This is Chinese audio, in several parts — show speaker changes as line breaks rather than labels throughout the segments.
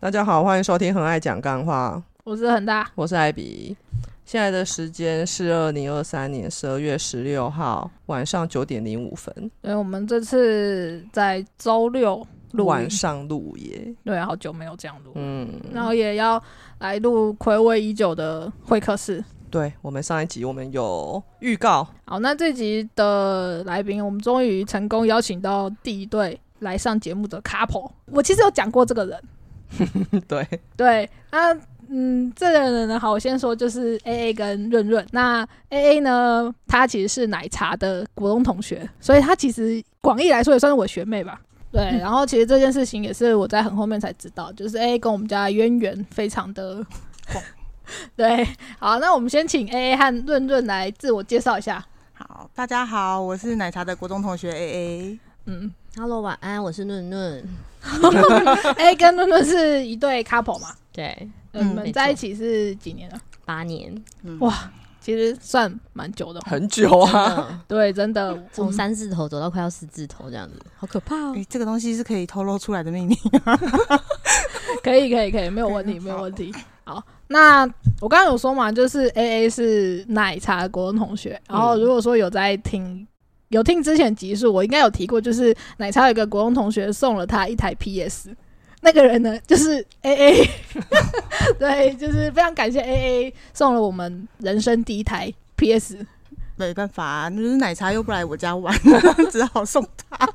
大家好，欢迎收听《很爱讲干话》，
我是很大，
我是艾比。现在的时间是二零二三年十二月十六号晚上九点零五分，
对，我们这次在周六录音
晚，上录耶。
对，好久没有这样录，
嗯，
然后也要来录暌违已久的会客室。
对，我们上一集我们有预告，
好，那这集的来宾，我们终于成功邀请到第一对来上节目的 couple。我其实有讲过这个人，
对，
对，那嗯，这个人呢，好，我先说就是 A A 跟润润。那 A A 呢，她其实是奶茶的国中同学，所以她其实广义来说也算是我学妹吧。对，
嗯
然后其实这件事情也是我在很后面才知道，就是 A A 跟我们家的渊源非常的 广。对，好，那我们先请 A A 和润润来自我介绍一 下。
好，大家好，我是奶茶的国中同学 A A。
嗯
Hello，晚安，我是嫩嫩。
，A A 跟润润是一对 couple 嘛？
对，
嗯、你
嗯
们
没
在一
错
起是几年了？
八年，
其实算蛮久的哦。
很久啊，
嗯
对，真的，我
从
们
三字头走到快要四字头这样子，好可怕
哎、
哦！
这个东西是可以透露出来的秘 密。
可以，可以，可以，没有问 题，没有问题。 好，那我刚刚有说嘛，就是 A A 是奶茶的国中同学，然后
嗯
如果说有在听。有听之前集数，我应该有提过，就是奶茶有一个国中同学送了他一台 PS，那个人呢就是 A A，对，就是非常感谢 A A 送了我们人生第一台 PS，
没办法、啊，就是奶茶又不来我家玩， 只好送他。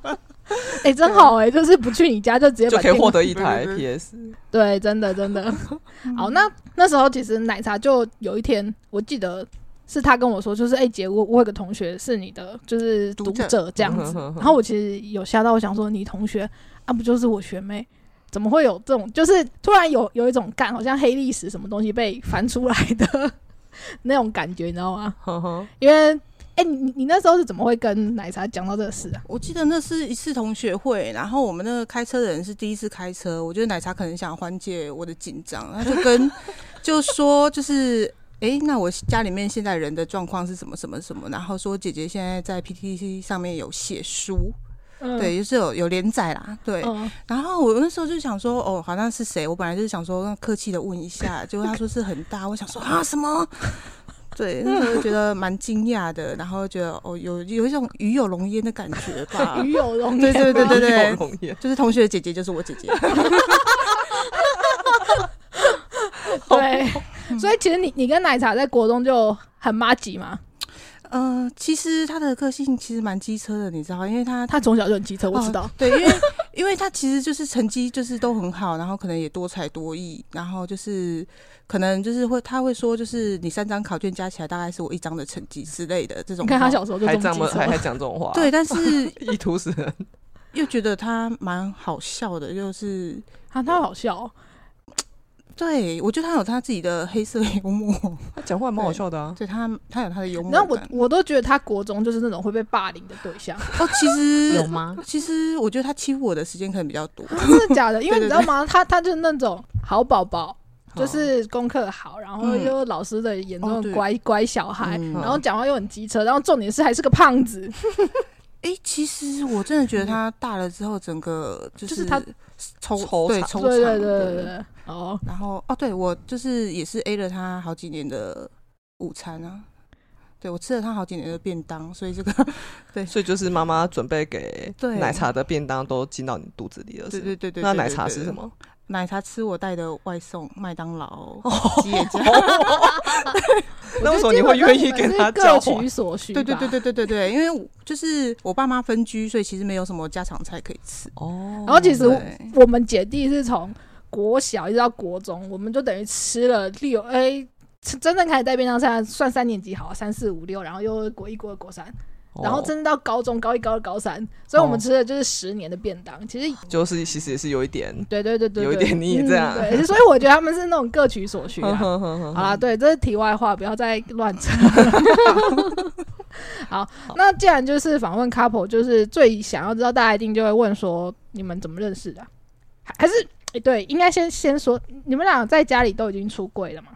哎、真好哎、就是不去你家就直 接
啊就
把
可以
电
获得一 台
对对
PS。
对，真的真 的。 好，那那时候其实奶茶就有一天，我记得是他跟我说，就是哎、姐，我我有个同学是你的，就是读
读者
者这样
嗯
子。然后我其实有吓到，我想说你同学啊，不就是我学妹？怎么会有这种？就是突然有有一种干，好像黑历史什么东西被翻出来的 那种感觉，你知道吗？
呵
嗯
呵，
因为哎、你你你那时候是怎么会跟奶茶讲到这个事啊？
我记得那是一次同学会，然后我们那个开车的人是第一次开车，我觉得奶茶可能想缓解我的紧张，他就 跟就说就是。诶，那我家里面现在人的状况是什么什么什么？然后说姐姐现在在 PTT 上面有写书，
嗯，
对，就是有有连载啦，对。
嗯，
然后我那时候就想说，哦，好像是谁？我本来就是想说客气的问 一下，结果他说是很大，我想说啊什么？ 对，那时候就觉得蛮惊讶的，然后觉得哦，有有一种鱼有龙焉的感觉吧
。鱼嗯有龙
对
焉
对对
吗
对
有
对，
容颜，
就是同学的姐姐就是我 姐姐。
对，所以其实你你跟奶茶在国中就很妈吉嘛，
呃，其实她的个性其实蛮机车的，你知道，因为她
他从小就很机车，我知道
哦。对，因为 因为他其实就是成绩就是都很好，然后可能也多才多艺，然后就是可能就是会他会说，就是你三张考卷加起来大概是我一张的成绩之类的这种
你看
话。
他小时候就
还
这
这
么
么
机
还
车，
还讲这种话，
对，，但是
意图使人。
又觉得他蛮好笑的，就是
啊，他好笑哦。
对我觉得他有他自己的黑色幽默，
他讲话蛮好笑的啊，
对他他有他的幽默
然
哦
后
感。
我我都觉得他国中就是那种会被霸凌的对象，
哦，其
有
实
吗？
其实我觉得他欺负我的时间可能比较多。
真的假的？因为你
对对
知道吗？他他就是那种好宝宝， 就
哦
是功课好，然后
嗯
又老师的眼中
哦
的
对
乖乖小孩，
嗯
然后讲话又很机车，然后重点是还是个胖子，
哎、其实我真的觉得他大了之后，整个就
就是
是
他
抽
抽
对
搐
抽
对
搐
对对对对，对哦。
然后哦，对我就是也是 A 了他好几年的午餐啊，对我吃了他好几年的便当，所以这个
所以就是妈妈准备给
对
奶茶的便当都进到你肚子里了，是
对
吗
对对对
那
对
奶
对
茶
对
是什么？
奶茶吃我带的外送麦当劳、吉野 家，
那为什么
我觉得
你会愿意
基本上们
跟
是
他交
各
换
取？所需吧？
对对对对对对对，因为我就是我爸妈分居，所以其实没有什么家常菜可以吃。
哦
然后其实我
对
我们姐弟是从国小一直到国中，我们就等于吃了六哎，吃真正开始带便当餐，算三年级好了，三四五六，然后又国一、国二、国三，然后真正到高中高一、高二、高三，所以我们
哦
吃的就是十年的便当。其实，
就是其实也是有一点，
对对对对，
有一
对
点你也这样
嗯对，所以我觉得他们是那种各取所需
哼
啊。
哼哼哼
嗯
好啦，对，这是题外话，不要再乱 扯。好，那既然就是访问 couple，就是最想要知道，大家一定就会问说，你们怎么认识的啊、还还是诶对，应该先先说，你们俩在家里都已经出柜了嘛？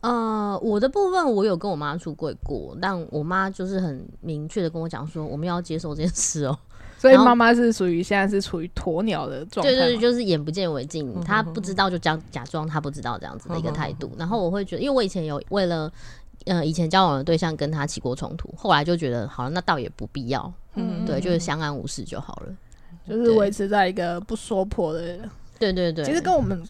呃，我的部分我有跟我妈出柜过，但我妈就是很明确的跟我讲说，我们要接受这件事哦。
所以
然后
妈妈是属于现在是处于鸵鸟的状态
对
嘛，
对对，就是眼不见为净
嗯，
他
哼
不
哼
知道就假假装他不知道这样子的一个态度。然后我会觉得，因为我以前有为了呃以前交往的对象跟他起过冲突，后来就觉得好了，那倒也不必要，
嗯
对，就是相安无事就好了。
就是维持在一个不说破的，
对对对，
其实跟我们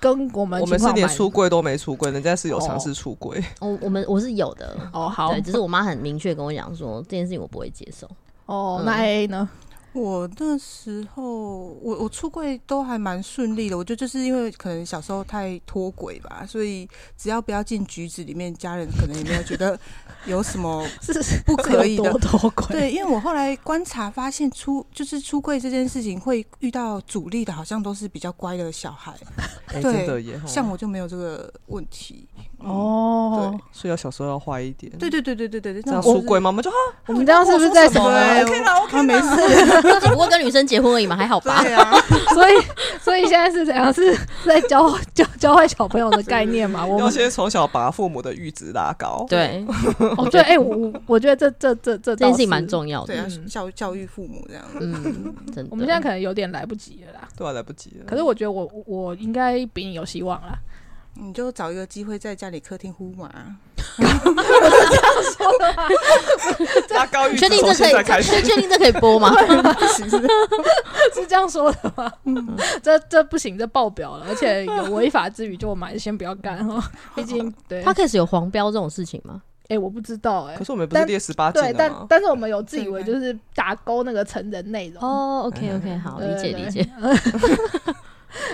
跟我们
我们
情
是
况
连
蛮
出柜都没出柜，人家是有
哦
尝试出柜。
我我们我是有的，
哦好
对，只是我妈很明确跟我讲说这件事情我不会接受。
哦，
嗯
那 A A 呢？
我那时候，我我出柜都还蛮顺利的。我觉得就是因为可能小时候太脱轨吧，所以只要不要进局子里面，家人可能也没有觉得有什么
是
不可 以的
多。头鬼，
对，因为我后来观察发现出，就是出柜这件事情会遇到阻力的，好像都是比较乖的小孩，
哎、
对
真的耶，吼
像我就没有这个问题。嗯，
哦，
所以要小时候要坏一点。
对对对对对对对，
这
那
样
种
出柜，妈妈就啊，
我们这样是不是在什
对
么？
啊，OK 了 OK 没事，
就只不过跟女生结婚而已嘛，还好 吧？
对啊，
所以所以现在是怎样？是在教教教坏小朋友的概念嘛？我
要
们
先从小把父母的阈值拉高。
对，
哦 对，哎、我我我觉得这这这这
这
倒
件事
是
情蛮。重要
对
的。
啊，教教育父母这样。
嗯，真的。嗯
我们现在可能有点来不及了啦，
对啊，来不及了。
可是我觉得我我我应该比你有希望 啦。
你就找一个机会在家里客厅呼麻，
拉高阈
你
值，
确定
从
这可
现在
以？
开
确
始
确确定这可以播吗？
不行是不是
是这样说的吗？
嗯
这这不行，这爆表了，而且有违法之余，就我们还是先不要干 哦。毕竟 对，哎、
Podcast 有黄标这种事情吗？
我不知道哎、
可是我们不是列十八禁
对，
的
但
吗？
但是我们有自以为就是打勾那个成人内容。
哦，OK OK，好，
对
理解
对
理解。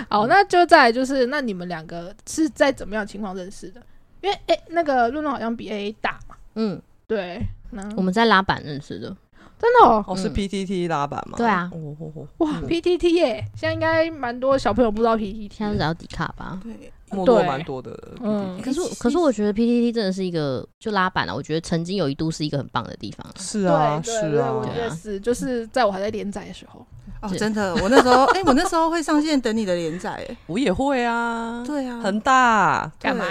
好，那就再来就是，那你们两个是在怎么样的情况认识的？因为哎、那个论论好像比 A A 大嘛，
嗯，
对，那
我们在拉板认识的。
真的哦，
哦，是
嗯
PTT 拉板吗？
对啊
哦哦哦
哇
嗯
，P T T 耶，现在应该蛮多小朋友不知道 P T T，
现在只要迪卡吧。
对，
没落
对
蛮多的 PTT。
嗯
可是我，可是我觉得 PTT 真的是一个就拉板啊，我觉得曾经有一度是一个很棒的地方。
是
对
啊，
对
是
对，
啊
我，觉
对
得
啊
是，就是在我还在连载的时候，
哦，
对
真的，我那时候， 哎、我那时候会上线等你的连载，哎，
我也会啊，
对啊，
很大，
对
干嘛？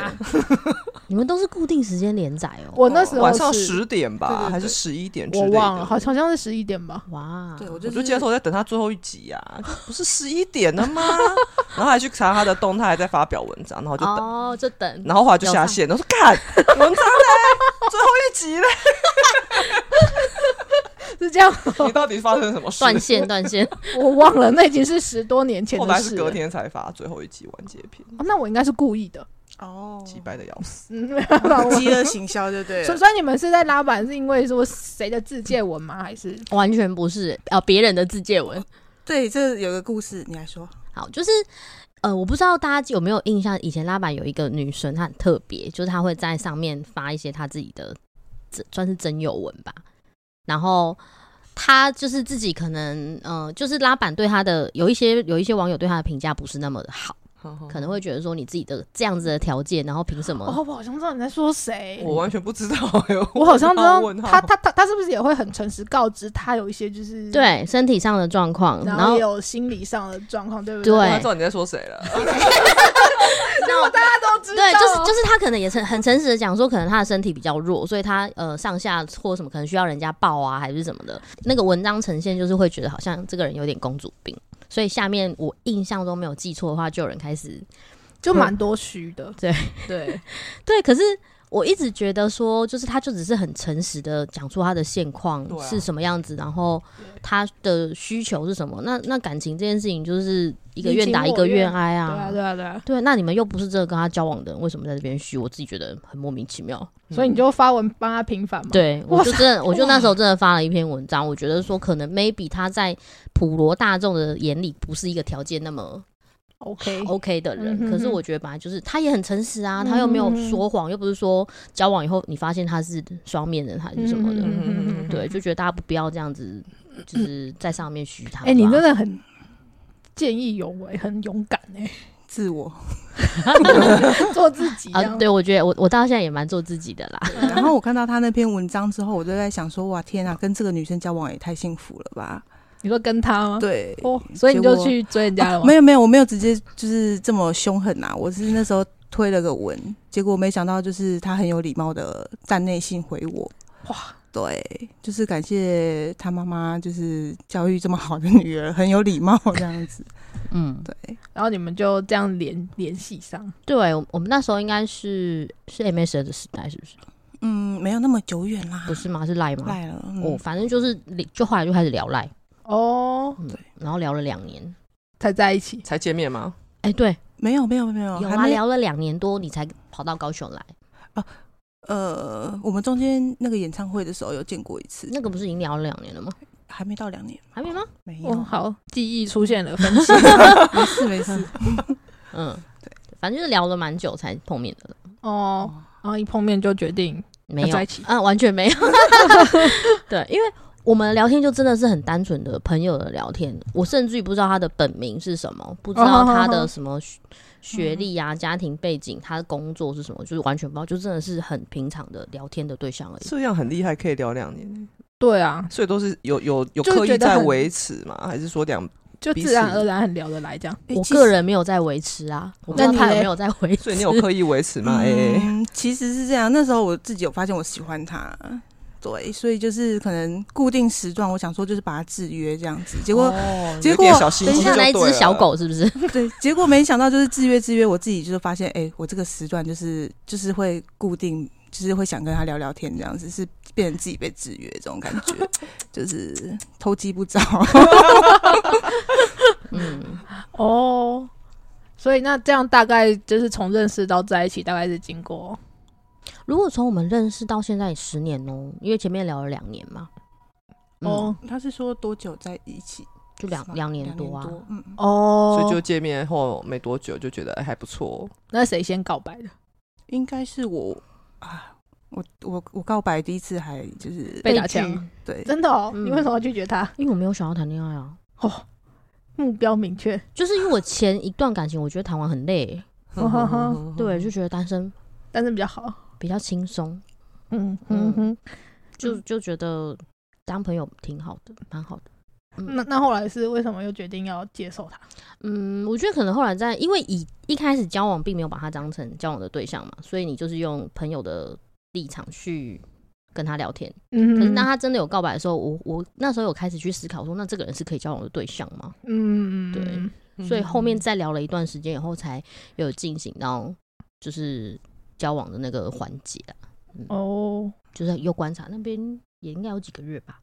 你们都是固定时间连载哦。
我那时候
晚上
是
十点
对对
吧，
对
还是十一点之
我
类的？
忘了，好好像是十一点吧。
哇，哦
对，我就
我
是
就记得说我在等他最后一集啊，就 不是十一点了吗？ 然后还去查他的动态，还在发表文章，然后就等，
哦，就等。
然后后来就下线，然后说干文章嘞，最后一集嘞，
是这样，
你到底发生什么事？
断线断线，
我忘了，那已经是十多年前
后
的
来
事
是
了。
隔天才发最后一集完结篇，
哦那我应该是故意的，
哦，
击败的要死。
嗯， 没办法。我
饥饿行销，对不对 了？
所所以你们是在拉板，是因为说谁的自荐文吗？还是
完全不是呃别人的自介文。
对，这有个故事，你来说，
好，就是呃，我不知道大家有没有印象，以前拉板有一个女生，她很特别，就是她会在上面发一些她自己的，这算是真友文吧。然后她就是自己可能呃，就是拉板对她的有一些有一些网友对她的评价不是那么好，可能会觉得说你自己的这样子的条件，然后凭什么？
哦，我好像知道你在说谁，
我完全不知道哎，
我好像知道
我问号
他他他他是不是也会很诚实告知他有一些就是，
对身体上的状况，
然
然
后
后
也有心理上的状况，对不
我
对
还知道你在说谁了，
那我大家都知道，
对，就是就是他可能也诚很诚实的讲说，可能他的身体比较弱，所以他呃上下或什么可能需要人家抱啊，还是什么的。那个文章呈现就是会觉得好像这个人有点公主病，所以下面我印象中没有记错的话，就有人开始
就蛮多虚的，
对
对，
对，可是。我一直觉得说，就是他就只是很诚实的讲出他的现况
对啊
是什么样子，然后他的需求是什么。那那感情这件事情就是一个
你
愿
情
打一
我
个愿
愿
挨
对啊，对啊，对啊，
对，那你们又不是真的跟他交往的人，为什么在这边虚？我自己觉得很莫名其妙。
所以你就发文帮他平反嘛，
对，
哇
我就真的，我就那时候真的发了一篇文章，我觉得说可能 maybe 他在普罗大众的眼里不是一个条件那么
，OK，
OK 的人，
嗯哼哼嗯
可是我觉得本来就是他也很诚实啊，他又没有说谎，又不是说交往以后你发现他是双面人还是什么的，
嗯嗯嗯
对，就觉得大家不必要这样子，就是在上面虚他吧。啊
哎，你真的很见义勇为，很勇敢哎，
自我。
做自己这
啊，
样，
对我觉得我我到现在也蛮做自己的啦。
然后我看到他那篇文章之后，我就在想说，哇，天啊，跟这个女生交往也太幸福了吧？
你说跟他
啊
吗？
对，
哦，所以你
结
就
果
去追人家了吗？
没有没有，我没有直接就是这么凶狠啊，我是那时候推了个文，结果没想到就是他很有礼貌的站内信回我。
哇，
对，就是感谢他妈妈，就是教育这么好的女儿，很有礼貌这样子。
嗯，
对，
然后你们就这样联联系上，
对，我我们那时候应该是是 MSN 的时代，是不是？
嗯，没有那么久远啦，
不是吗？是赖吗？
赖了。
哦，
嗯，
反正就是就后来就开始聊赖，
哦，
嗯，然后聊了两年。
才在一起。
嗯才见面吗？
哎，对，
没有没有没有，
有
哦还
啊，
没
聊了两年多，你才跑到高雄来，
呃，我们中间那个演唱会的时候有见过一次，
那个不是已经聊了两年了吗？
还没到两年，
还没吗？
没有
哦，，好，记忆出现了 分歧。
没事 没事。
嗯，反正就是聊了蛮久才碰面的了，
哦，然后一碰面就决定
没
要
有
在一起
嗯，完全没有。 对，因为我们聊天就真的是很单纯的朋友的聊天，我甚至于不知道他的本名是什么，不知道他的什么学学历啊、家庭背景、他的工作是什么，就是完全不知道，就真的是很平常的聊天的对象而已。
这样很厉害，可以聊两年，
对啊，
所以都是有有有
就是
刻
觉
意
得
在
很
维持吗？还是说两？
就
彼
自然
此
而然很聊得来这样。
诶
我
哎其实
个人没有在维持啊，我不知
那
道
你
他
嘞
有没有在维持
所以你。有刻意维持 吗？哎、
嗯，其实是这样。那时候我自己有发现我喜欢他，对，所以就是可能固定时段，我想说就是把他制约这样子。结果、
哦
结
有
果
点小心
等
机
一
就
下，那一
对
只
了
小，狗是不是？
对，结果没想到就是制约制约，我自己就是发现，哎、我这个时段就是就是会固定，就是会想跟他聊聊天这样子，是变成自己被制约这种感 觉，就是偷鸡不着。
嗯，
哦，所以那这样大概就是从认识到在一起，大概是经过
如果从我们认识到现在也十年哦、因为前面聊了两年嘛，嗯、
哦
他是说多久在一起？
就两两年多啊，
嗯，
哦，
所以就见面后没多久就觉得、哎还不错，
那谁先告白的？
应该是我啊，我我我告白第一次还就是
被打
拒
枪，
对，
真的哦，
嗯
你为什么要拒绝他？
因为我没有想要谈恋爱啊，
哦，目标明确，
就是因为我前一段感情，我觉得谈完很累，
哦哈哈
嗯
对，就觉得单身
但是比较好。
比较轻松，
嗯嗯
嗯
哼，
就
嗯
就觉得当朋友挺好的，蛮好的。
那那后来是为什么又决定要接受他？
嗯，我觉得可能后来在，因为以一开始交往并没有把他当成交往的对象嘛，所以你就是用朋友的立场去跟他聊天。可是
嗯
当他真的有告白的时候，我我那时候有开始去思考说，那这个人是可以交往的对象吗？
嗯
对
哦
所以后
嗯
面再聊了一段时间以后，才有进行到就是交往的那个环节啊，
哦，
就是有观察那边也应该有几个月吧，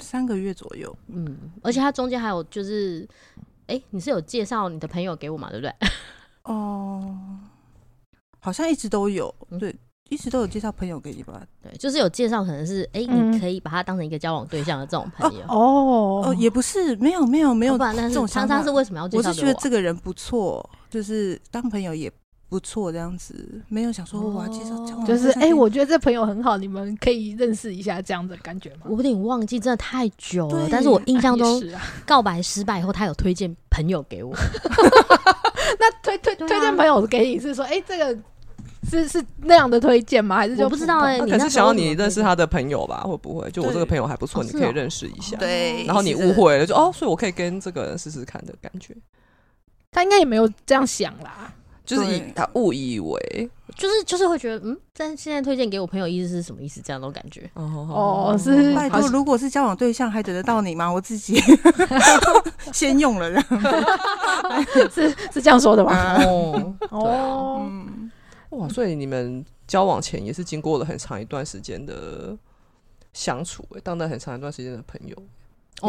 三个月左右。
嗯，而且他中间还有就是，哎、你是有介绍你的朋友给我嘛，对不 对？
哦，好像一直都有，
嗯
对，一直都有介绍朋友给你吧？
对，就是有介绍，可能是哎、诶
嗯
你可以把他当成一个交往对象的这种朋友，
哦
哦，也不是，没有没有没有
要不，然那
这
是
种
他
想
他
法
是为什么要介
我
绍
是
给
觉
我
得
啊？
这个人不错，就是当朋友也不错这样子，没有想说我要介绍交往
就
对
是
象
哎、
给
我觉得这朋友很好，你们可以认识一下这样的感觉吗？
我有点忘记，真的太久了。
对
但是我印象
也
中，
是啊，
告白失败以后，他有推荐朋友给 我，
那推推、
对啊
推荐朋友给你是说，哎、这个是是那样的推荐吗？还是就
我不知
普
道
通
哎、
他
你
可
那
是
时
想
候
要
怎
你
么
认识
推
他的朋友吧？会不会就我这个
对
朋友还不错，
哦
你
是
可以
哦
认识一下
哦。
对，
然后你
是这个
误，会了，就哦，所以我可以跟这个人试试看的感觉，
他应该也没有这样想啦。
就是以
对
他误以为
就是就是会觉得，嗯，但现在推荐给我朋友意思是什么意思？这样那种感觉。
哦
哦是
拜
好
托，
像
如果是交往对象，还等得到你吗？我自己 先用了，然后
是是这样说的吗？
啊
哦，
哦，
嗯，
哇，所以你们交往前也是经过了很长一段时间的相处、欸，当了很长一段时间的朋友，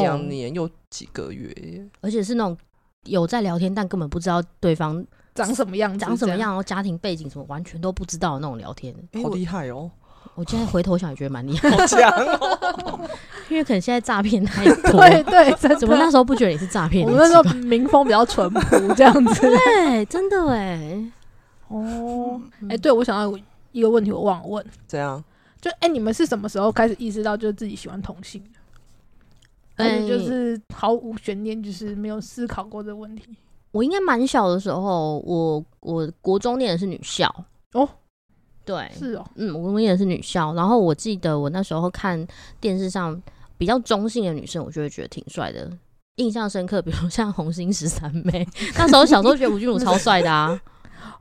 两、
哦
年又几个月耶，
而且是那种有在聊天，但根本不知道对方
长什么样子？哎
长什么？样，然后家庭背景什么完全都不知道的那种聊天。
好厉害哦，
我现在回头想也觉得蛮 厉害，
好强哦！
因为可能现在诈骗太多。
对对，真的
怎么那时候不觉得你是诈骗？
我们那时候
很奇啊
民风比较淳朴，这样 子。
怪对，真的哎，
哦，
嗯
哎、对，我想到一个问题，我忘了问，
这样
就哎、你们是什么时候开始意识到就是自己喜欢同性的？而且
哎
就是毫无悬念，就是没有思考过这个问题。
我应该蛮小的时候，我我国中念的是女校
哦，
对，
是哦，
嗯，我念的是女校，然后我记得我那时候看电视上比较中性的女生，我就会觉得挺帅的， 印象深刻。比如像红星十三妹，那时候小时候觉得吴君如超帅的啊，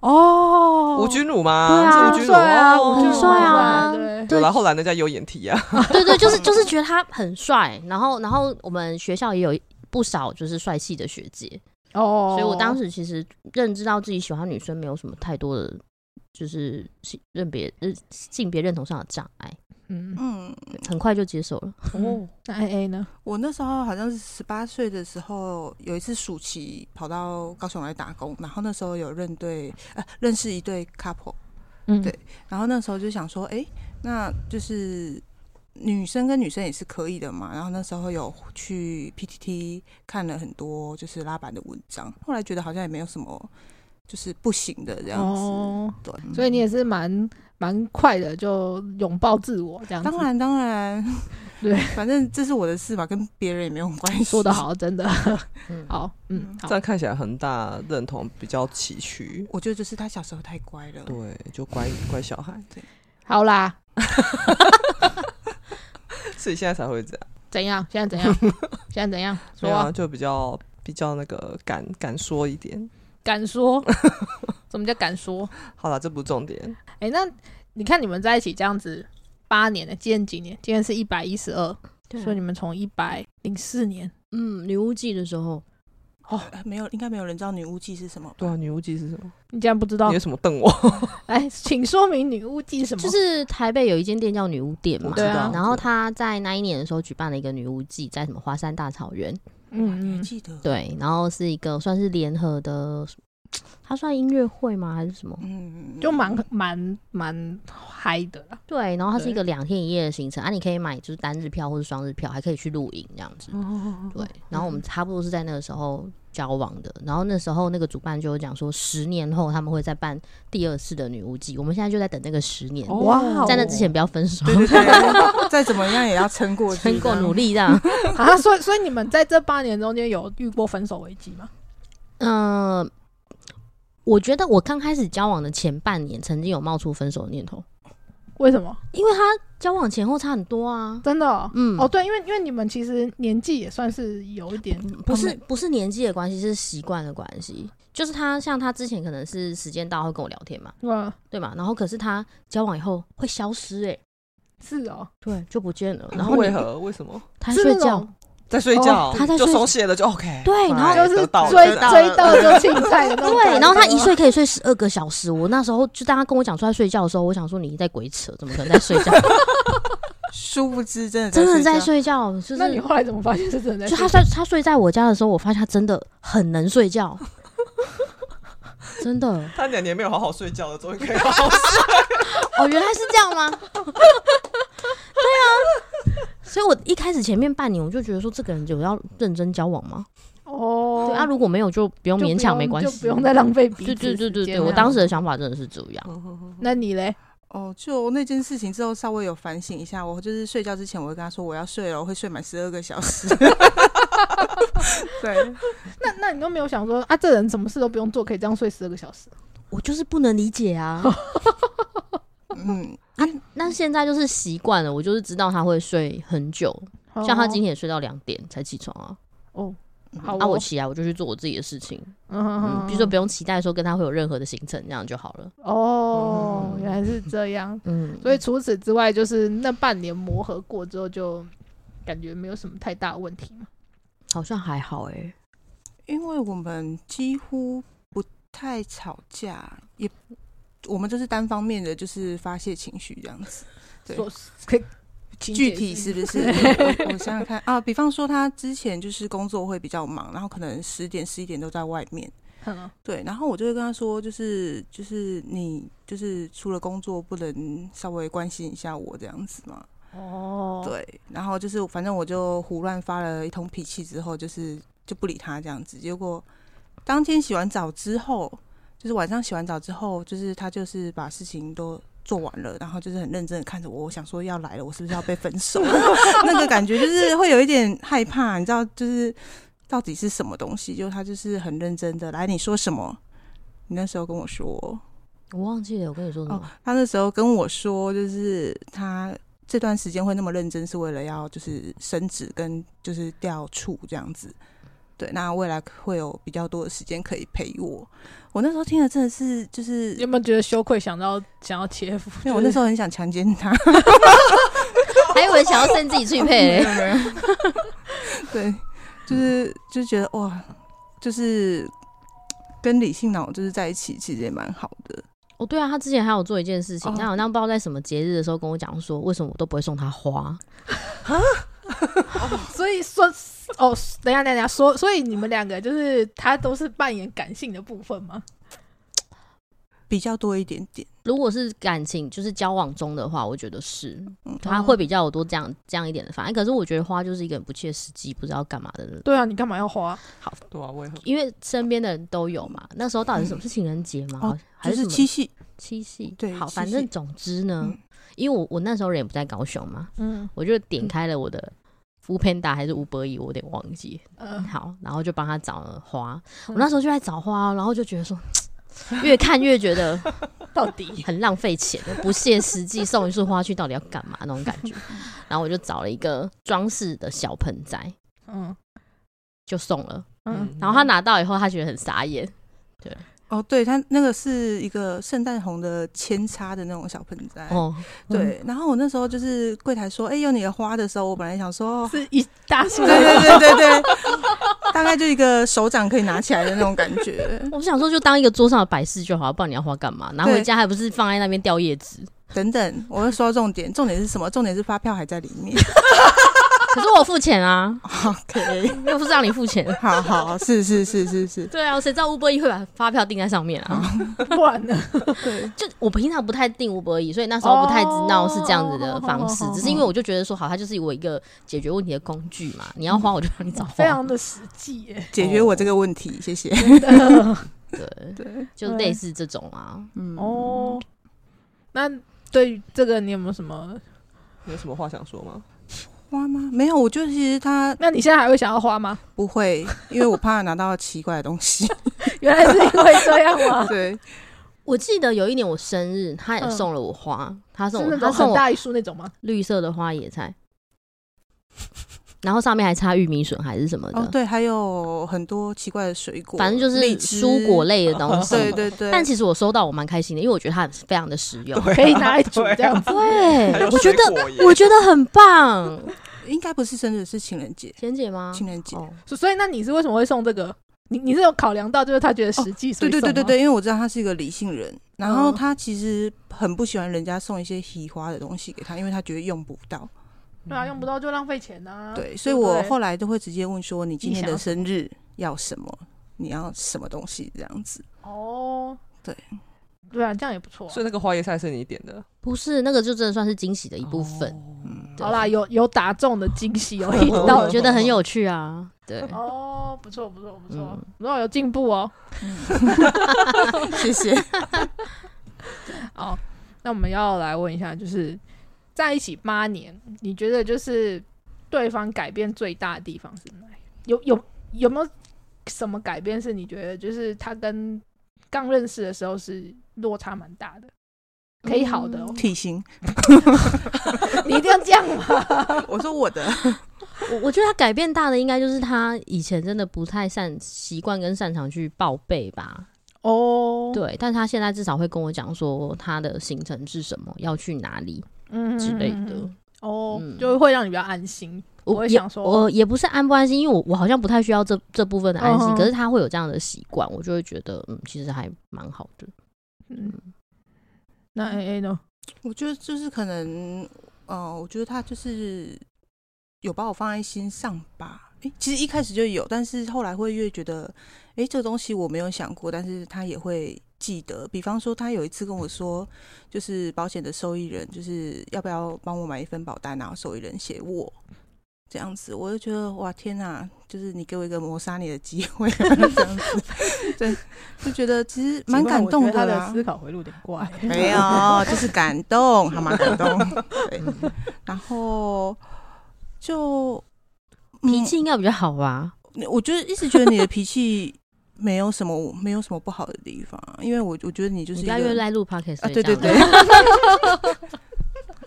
哦，
吴君如吗？
对啊
是吴君如
帅啊，
哦
吴君如
很帅啊
对对
有
对
啦，后来人家有演题啊，
对对，就是就是觉得他很帅，然后然后我们学校也有不少就是帅气的学姐，
哦，
所以我当时其实认知到自己喜欢女生没有什么太多的，就是性认别呃性别认同上的障碍，
嗯，
嗯，
很快就接受了。
哦，那 A A 呢？
我那时候好像是十八岁的时候，有一次暑期跑到高雄来打工，然后那时候有认对呃认识一对 couple，
嗯
对然后那时候就想说，哎、那就是女生跟女生也是可以的嘛。然后那时候有去 PTT 看了很多就是拉板的文章，后来觉得好像也没有什么就是不行的这样子，
哦，
对。
所以你也是蛮蛮快的，就拥抱自我这样子。
嗯当然，当然，
对，
反正这是我的事嘛，跟别人也没有关系。
说得，好，真的
嗯，
好，嗯，好
这，样看起来恒大认同比较崎岖。
我觉得就是他小时候太乖了。
对，就乖乖小孩，
好啦，
所以现在才会这样。
怎样？现在怎样？现在怎样？
所
说
以
啊、
啊，就比较比较那个敢敢说一点。
敢说？什么叫敢说？
好了，这不是重点。
哎、那你看你们在一起这样子八年了，今年几年？今年是一百一十二，
啊
所以你们从一百零四年
嗯，女巫记的时候，
呃没有，应该没有人知道女巫记是什么。
对啊，女巫记是什么？
你竟然不知道
哦你为？什么瞪我？
哎，请说明女巫记什么？
就是台北有一间店叫女巫店嘛
我，知
对
道
啊
我知
然后
道
他在那一年的时候举办了一个女巫祭，在什么华山大草原，
哇你
嗯
还
嗯，
记得？，
对，然后是一个算是联合的，它算音乐会吗？还是什么？
嗯，
就蛮蛮蛮嗨的啦。
对，然后它是
对
一个两天一夜的行程啊，你可以买就是单日票或者双日票，还可以去露营这样子。
嗯
对，然后我们差不多是在那个时候交往的，然后那时候那个主办就有讲说，十年后他们会再办第二次的女巫祭，我们现在就在等那个十年，
哦
哇
在那之前不要分 手，
对对对， 再怎么样也要撑过去，
撑过努。力这样。
啊，所以所以你们在这八年中间有遇过分手危机吗？
嗯、我觉得我刚开始交往的前半年，曾经有冒出分手的念头，
为什么？
因为他交往前后差很多啊。
真的哦、
嗯，
哦，对，因为因为你们其实年纪也算是有一点，
嗯不是不是年纪的关系，是习惯的关系。就是他像他之前可能是时间到会跟我聊天嘛，
嗯，
对嘛？然后可是他交往以后会消失、欸，
是哦，
对，就不见了。然
然
后
后
你
为何？为什么？
他
是
睡
那
觉
种，
在睡觉，
哦他在
就
睡
手写了，就 OK。
对然后
哎
就是
得到了
追
得到了
追到就青菜的那种感
对，
觉
然后他一睡可以睡十二个小时。我那时候就当他跟我讲说他睡觉的时候，我想说你在鬼扯，怎么可能在睡 觉？
殊不知真的
真的在
在觉，
睡觉，就是
那你后来怎么发现是真的在
就
睡
他
觉？
睡他睡在我家的时候，我发现他真的很能睡觉， 真的
他两年没有好好睡觉了，终于可以好好睡。
哦，原来是这样吗？ 对啊，啊所以我一开始前面半年我就觉得说，这个人有要认真交往吗？
哦，
对啊，如果没有就不用
就
勉强，
不用
没关
就
系，
不用再浪费彼
对
此
对对对
时间
对，
了嗯
我当时的想法真的是这样。
那你嘞？
哦，就那件事情之后稍微有反省一下，我就是睡觉之前我会跟他说我要睡了，我会睡满十二个小时。 对，
那那你都没有想说啊，这人什么事都不用做，可以这样睡十二个小时？
我就是不能理 解啊。
嗯，
那现在就是习惯了，我就是知道他会睡很久，像他今
天
天也睡到两点才起床啊。
哦，好
啊，
哦
我起来我就去做我自己的事情，
嗯哼
嗯，
哼
比如说不用期待说跟他会有任何的行程，那样就好了。
哦，原来是这样。
嗯，
所以除此之外，就是那半年磨合过之后，就感觉没有什么太大问题嘛。
好像还好哎、欸，
因为我们几乎不太吵架，也我们就是单方面的，就是发泄情绪这样子。对
说可以请
具
解
体
释
是不是？我我想想看啊，比方说他之前就是工作会比较忙，然后可能十点十一点都在外面，
嗯
对，然后我就会跟他说，就是就是你就是除了工作不能稍微关心一下我这样子嘛，
哦，
对，然后就是反正我就胡乱发了一通脾气之后，就是就不理他这样子，结果当天洗完澡之后，就是晚上洗完澡之后，就是他就是把事情都。做完了，然后就是很认真的看着我，我想说要来了，我是不是要被分手？那个感觉就是会有一点害怕，你知道，就是到底是什么东西？就他就是很认真的来，你说什么？你那时候跟我说，
我忘记了我跟你说什么。
哦他那时候跟我说，就是他这段时间会那么认真，是为了要就是升职跟就是调处这样子。对，那未来会有比较多的时间可以陪我。我那时候听了真的是就是
你有没有觉得羞愧？想到想要切腹，
因为我那时
候
候很想强奸 他，
还有人想要生自己去配、欸，
对，就是就觉得哇，就是跟理性脑就是在一起，其实也蛮好的。
哦，对啊，他之前还有做一件事情，
哦
他好像不知道在什么节日的时候跟我讲说，为什么我都不会送他花。
所以说哦，等一下等一下说，所以你们两个就是他都是扮演感性的部分吗？
比较多一点点，
如果是感情，就是交往中的话，我觉得是
嗯
他会比较有多这样这样一点的反应。可是我觉得花就是一个很不切实际，不知道干嘛的人，
对啊，你干嘛要花？
对啊，为何？
因为身边的人都有嘛。那时候到底是什么？是情人节吗？
哦
好还
就是是
什么
七夕，
七夕？
哦对
好，
七夕
反正总之呢，
嗯
因为我我那时候人也不在高雄嘛，
嗯
我就点开了我的 f o o Panda 还是吴伯义，我有点忘记。
嗯，
好，然后就帮他找了花。
嗯
我那时候就在找花哦，然后就觉得说，越看越觉得
呃到底
很浪费钱，不切实际，送一束花去到底要干嘛那种感 觉。然后我就找了一个装饰的小盆栽，
嗯
就送了。
嗯，
然后他拿到以后，他觉得很傻眼。
哦，对，它那个是一个圣诞红的扦插的那种小盆栽。
哦，
哎对，然后我那时候就是柜台说：“哎、有你的花”的时候，我本来想 说，
是一大束
对对对对对，大概就一个手掌可以拿起来的那种感觉，
我想说就当一个桌上的摆饰就好，不然你要花干嘛？拿回家还不是放在那边掉叶子？
等等，我会说到重点，重点是什么？重点是发票还在里 面。
可是我付钱啊，
OK，
又不是让你付钱。
好好，是是是是是，
对啊，谁知道乌波伊会把发票订在上面啊？
不然呢？
对，
就我平常不太订五百亿，所以那时候不太知道是这样子的方式，
哦
只是因为我就觉得说，好，它就是我一个解决问题的工具嘛。你要花，我就帮你找
非
花。
常的实际 耶。
解决我这个问题，谢谢。
对，
对，
就类似这种啊。
嗯，
哦，那对于这个你有没有什么？
你有什么话想说吗？
花吗？没有，我就其实他
那你现在还会想要花吗？
不会，因为我怕拿到奇怪的东 西。
原来是因为这样 吗？
对，
我记得有一年我生日，他也送了我花，他送
是
我
那
他
种
送
很
我
大一束那种 吗？
绿色的花野菜，然后上面还插玉米笋还是什么
哦
的，
对，还有很多奇怪的水果，
啊反正就是
荔枝哦
蔬果。类的东西。
对对对，
但其实我收到我蛮开心的，因为我觉得它非常的实用。
对啊
可以拿来 煮这样子。
对
还有，
嗯我
水
觉得
果耶
我觉得很棒，
应该不是生日，是情人节。
贤姐吗？
情人节，
哦，
所所以，那你是为什么会送这个？你你是有考量到，就是他觉得实际、所
哦对
以
对对
送
对
吗，
对，因为我知道他是一个理性人，然后
嗯
他其实很不喜欢人家送一些喜花的东西给他，因为他觉得用不到。
对啊，用不到就浪费钱啊。
对，所以
不
我
对
后来都会直接问说：“你今
你
天
想
的
要
生日要什么？你要什么东西？”这样子。
哦，
对
对啊，这样也不错啊、
所以那个花椰菜是你点的
不是，那个就真的算是惊喜的一
一
部分。对
好啦，，有有打中的惊喜哦，一
那我
道
觉得很有趣啊。对，
哦，不错不错不错
嗯，
不错有进步哦。
谢谢。
好，那我们要来问一下，就是在一起八年，你觉得就是对方改变最大的地方是哪里？有有有没有什么改变是你觉得就是他跟刚认识的时候是落差蛮大 的？可以好的、哦，
体型，
你一定要这样吗？
我说我的，
我我觉得他改变大的应该就是他以前真的不太擅习惯跟擅长去报备吧。
哦，
对，但他现在至少会跟我讲说他的行程是什么，要去哪里
嗯
之类的。
哦，
嗯
就会让你比较安心。我
我
会
也
想说
我也不是安不安心，因为我我好像不太需要这这部分的安心。
嗯哼
可是他会有这样的习惯，我就会觉得嗯，其实还蛮好的。
嗯，那 A A 呢？
我觉得就是可能，呃，我觉得他就是有把我放在心上吧。诶，其实一开始就有，但是后来会越觉得，诶，这个东西我没有想过，但是他也会记得。比方说，他有一次跟我说，就是保险的受益人，就是要不要帮我买一份保单，然后受益人写我。这样子，我就觉得哇，天哪、就是你给我一个谋杀你的机会、啊这样子， 对，就觉得其实蛮感动啊
我觉得他
啦
的思考回路有点怪。
没 有，就是感动，好吗？ 感动。嗯对，然后就、嗯
脾气，应该比较好吧？
我觉得一直觉得你的脾气没有什么，没有什么不好的地方，啊因为我我觉得你就是
你
一啊
不要
个
越来录 podcast
啊，对对对。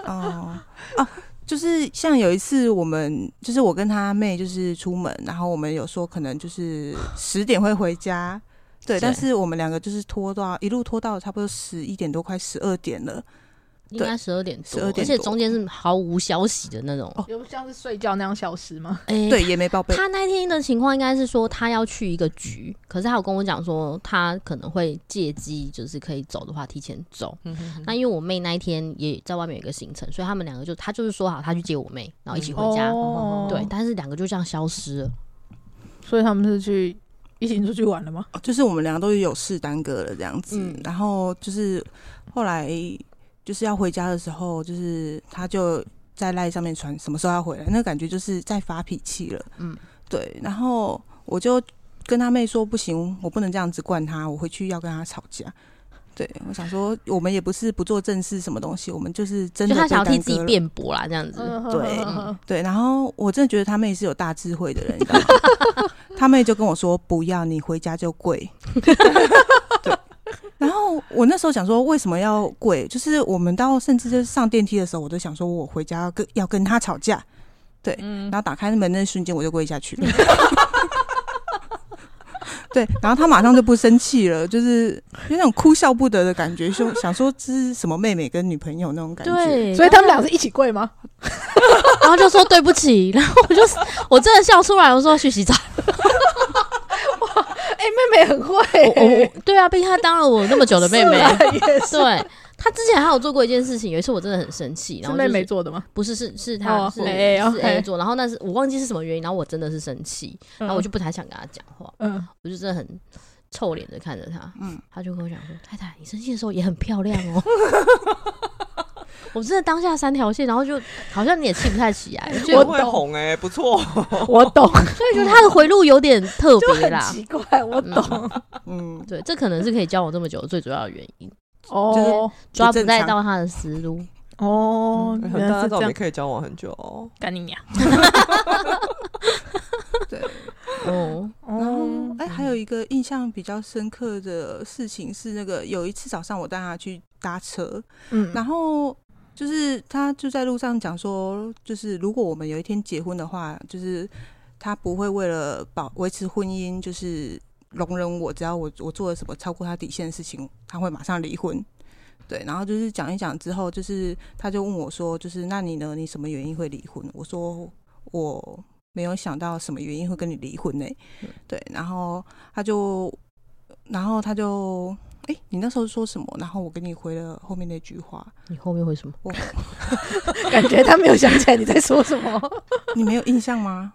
哦哦，就是像有一次我们，就是我跟他妹就是出门，然后我们有说可能就是十点会回家，对，
对
但是我们两个就是拖到一路拖到差不多十一点多，快十二点了。
应该十二点多，
12点
而且中间是毫无消息的那种。
哦
有像是睡觉那样消失吗？
哎、
对，也没报备。
他那天的情况应该是说他要去一个局，可是他有跟我讲说他可能会借机，就是可以走的话提前走。
嗯哼哼
那因为我妹那一天也在外面有一个行程，所以他们两个就他就是说好他去接我妹，然后一起回家。
哦
对，，但是两个就这样消失了。
所以他们是去一起出去玩了吗？
哦就是我们两个都有事耽搁了这样子，
嗯
然后就是后来就是要回家的时候，就是他就在赖上面传什么时候要回来，那感觉就是在发脾气了。
嗯，
对，然后我就跟他妹说不行，我不能这样子惯他，我回去要跟他吵架。对，我想说我们也不是不做正事什么东西，我们就是真
就
的
他想要
被耽
替自己
搁了
辩驳啦，这样子。
对
嗯
对，然后我真的觉得他妹是有大智慧的人，你知道吗？ 他妹就跟我说：“不要，你回家就跪。”对。然后我那时候想说，为什么要跪？就是我们到甚至就是上电梯的时候，我都想说我回家要跟要跟他吵架。对，
嗯
嗯
然后打开门那瞬间我就跪下去了。 对，然后他马上就不生气了，就是有那种哭笑不得的感觉，就想说这是什么妹妹跟女朋友那种感觉。
对，
嗯所以他们俩是一起跪吗？
然后就说对不起， 然后我就我真的笑出来，我说去洗澡。
哎，妹妹很会，
我我我对啊，毕竟她当了我那么久的妹妹
是， 啊也是
对她之前还有做过一件事情，有一次我真的很生气，
是
然后
妹
就是
妹做的吗？
不是是是她
哦
是
A，
是 A
OK
做，然后那是我忘记是什么原因，然后我真的是生气，然后我就不太想跟她讲话，
嗯，
我就真的很臭脸的看着她，
嗯，
她就跟我讲说：“太太，你生气的时候也很漂亮哦。” 我真的当下三条线，然后就好像你也气不太起来，就
我
就
会红哎、不错，
我懂，
觉得她的回路有点特
就
别
很
啦。
奇怪，我懂
嗯
嗯，
对，这可能是可以交往这么久的最主要的原因，
哦
抓不
正
太
常
到她的思 路。
哦，
很大
原来
家
是
知道
这
你
样，
可以交往很久哦。
干你娘！
哦，
然后
哦，，
哎、还有一个印象比较深刻的事情是，那个有一次早上我带他去搭车，
嗯，
然后就是他就在路上讲说，就是如果我们有一天结婚的话，就是他不会为了保维持婚姻，就是容忍我，只要我我做了什么超过他底线的事情，他会马上离婚。对，然后就是讲一讲之后，就是他就问我说，就是那你呢？你什么原因会离婚？我说我没有想到什么原因会跟你离婚呢、对，然后他就，然后他就，哎、你那时候说什么？然后我跟你回了后面那句话，
你后面会什么？
我
感觉他没有想起来你在说什么。
你没有印象 吗？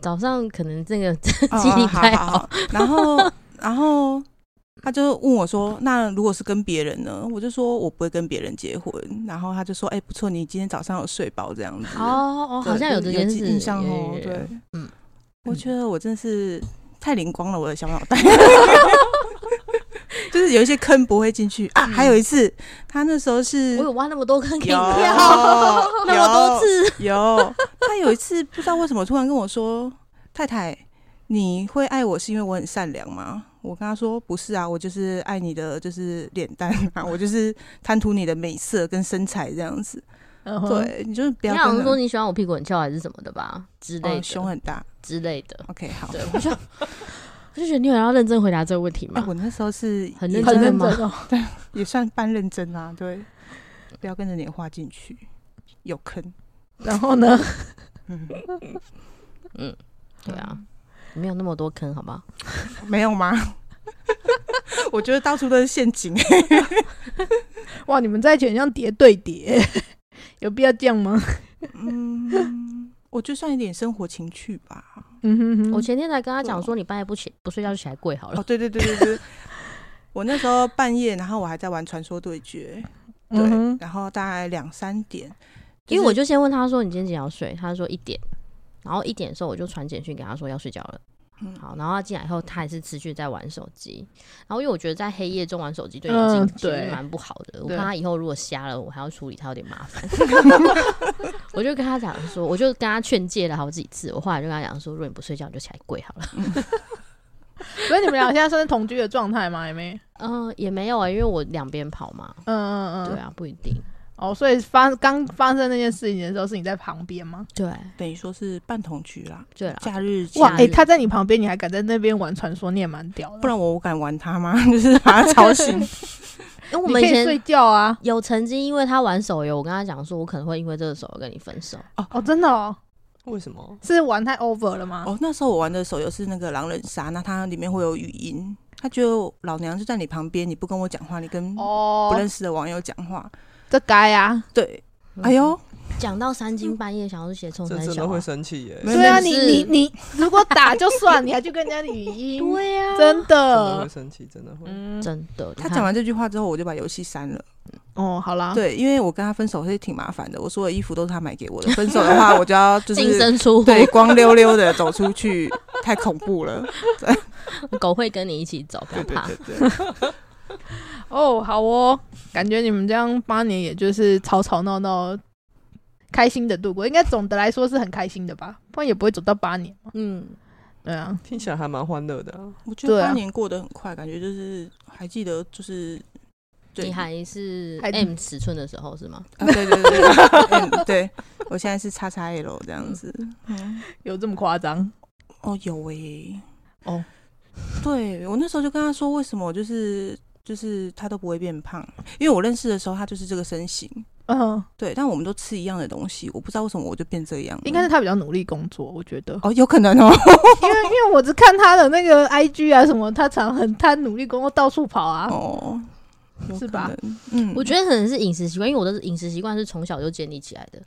早上可能这个
哦
记忆力不太
好好
好
好， 然后，然后他就问我说：“那如果是跟别人呢？”我就说：“我不会跟别人结婚。”然后他就说：“哎、不错，你今天早上有睡饱这样子。”
哦哦，
对，
好像有这件事，
印象哦
有。有有
对，
嗯，
我觉得我真的是太灵光了，我的小脑 袋。 就是有一些坑不会进去啊！还有一次，他那时候是
嗯我有挖那么多坑给你
有
跳， 那么多次，
有，他有一次不知道为什么突然跟我说：“太太，你会爱我是因为我很善良吗？”我跟他说：“不是啊，我就是爱你的，就是脸蛋啊，我就是贪图你的美色跟身材这样子。
嗯
对，你就是不
嗯你
要
好像
跟
说
他
你喜欢我屁股很翘还是什么的吧，之类
哦
的，
胸很大。
之类的。
”OK，好。
对，我就 我就觉得你有要认真回答这个问题
哎
吗？
我那时候是
很
也
认
很
真的
认
吗
真哦，
也算半认真啊，对，不要跟着你的话进去，有坑。
然后呢？
嗯，
对啊，没有那么多坑，好不好？
没有吗？ 我觉得到处都是陷阱、欸。
哇，你们在一起很像叠对叠， 有必要这样吗？
嗯，我就算一点生活情趣吧。
嗯哼哼
我前天才跟他讲说，你半夜不起不睡觉就起来跪好
哦，
了。
对对对对对，我那时候半夜，然后我还在玩传说对决，对，
嗯哼
然后大概两三点，
因为我
就
就先问他说你今天几点要睡，他说一点，然后一点的时候我就传简讯给他说要睡觉了。
嗯
好，然后他进来以后，他还是持续在玩手机。然后因为我觉得在黑夜中玩手机对眼
嗯
睛其实
对
蛮不好的，我
对
怕他以后如果瞎了，我还要处理他有点麻烦。我就跟他讲说，我就跟他劝诫了好几次，我后来就跟他讲说，如果你不睡觉，你就起来跪好了。
所以你们俩现在算是同居的状态吗？也没，
嗯、也没有啊、因为我两边跑嘛。
嗯嗯嗯，
对啊，不一定。
哦，所以发刚发生那件事情的时候，是你在旁边吗？
对
等于说是半同居啦，
对了，
假日
哇，
假
哎、
日
他在你旁边，你还敢在那边玩传说，你也蛮屌的。
不然我敢玩他吗？ 就是把他吵醒。
因为我
你
们
可
以
以睡
前
觉啊。
有曾经因为他玩手游，我跟他讲说，我可能会因为这个手游跟你分手。
哦，真的哦，
为什么？
是玩太 over 了吗？
哦，那时候我玩的手游是那个狼人杀，那它里面会有语音，他就老娘就在你旁边，你不跟我讲话，你跟不
哦，
认识的网友讲话，
这该啊。
对，
嗯
哎呦，
讲到三
嗯
更半夜，想要去写冲
这
三
真
小
的
啊、
会生气耶、
没
对啊，
真
你
的
你
是
你，如果打就算，你还去跟人家语音，
对呀、
啊真
真的会
的。
生气，真的会。
嗯，
真的。
他
你看
讲完这句话之后，我就把游戏删了。
哦，好啦，
对，因为我跟他分手是挺麻烦的，我所有衣服都是他买给我的，分手的话我就 要就
净
是
身出户，
对光溜溜的走出去，太恐怖了。
狗会跟你一起走，
对
不要
对
怕。
对对，
哦，好哦，感觉你们这样八年，也就是吵吵闹闹，开心的度过，应该总的来说是很开心的吧，不然也不会走到八年嘛。
嗯，
对啊，
听起来还蛮欢乐的、啊。
我觉得
对啊
八年过得很快，感觉就是还记得就是。对
你还是
还
M 尺寸的时候是吗？
啊，对对对对，嗯对我现在是叉叉 L 这样子，嗯，
有这么夸张？
哦有诶、
哦，
对我那时候就跟他说，为什么就是就是他都不会变胖，因为我认识的时候他就是这个身形，
嗯，
对，但我们都吃一样的东西，我不知道为什么我就变这样了，
应该是他比较努力工作，我觉
，
得
哦，有可能哦，
因为因为我只看他的那个 IG 啊什么，他常很他努力工作，到处跑啊。
哦，有
是
可
吧
能？嗯，
我觉得可能是饮食习惯，因为我的饮食习惯是从小就建立起来的，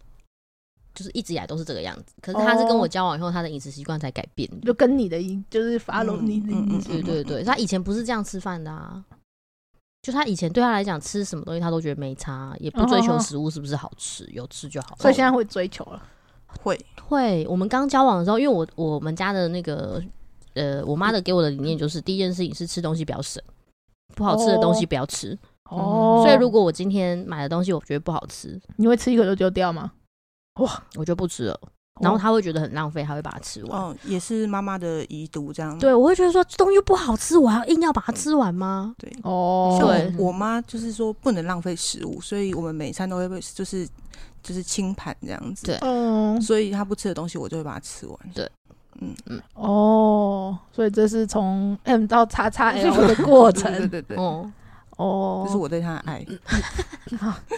就是一直以来都是这个样子。可是他是跟我
哦
交往以后，他的饮食习惯才改变的。
就跟你的一就是发龙
嗯
你的
嗯嗯
意
嗯
思
对对对，他以前不是这样吃饭的啊。就他以前对他来讲，吃什么东西他都觉得没差，啊也不追
哦
求食物是不是好吃，有吃就好了。
所以现在会追求了。
会，
会，我们刚交往的时候，因为我我们家的那个呃，我妈的给我的理念就是，第一件事情是吃东西不要省，不好吃的东西不要吃。
哦，
所以如果我今天买的东西我觉得不好吃，
你会吃一口就丢掉吗？
我就不吃了。然
哦
后她会觉得很浪费，她会把它吃完。
哦，也是妈妈的遗毒这样，
对，我会觉得说这东西又不好吃，我还要硬要把它吃完吗？
对。
哦，
像
对
我我妈就是说不能浪费食物，所以我们每餐都会被就是就是清盘这样子。
对
嗯，
所以她不吃的东西，我就会把它吃完。
哦，所以这是从 M 到叉叉 L 的过
对
程
对对，
哦，
哦
这，是我对她的爱。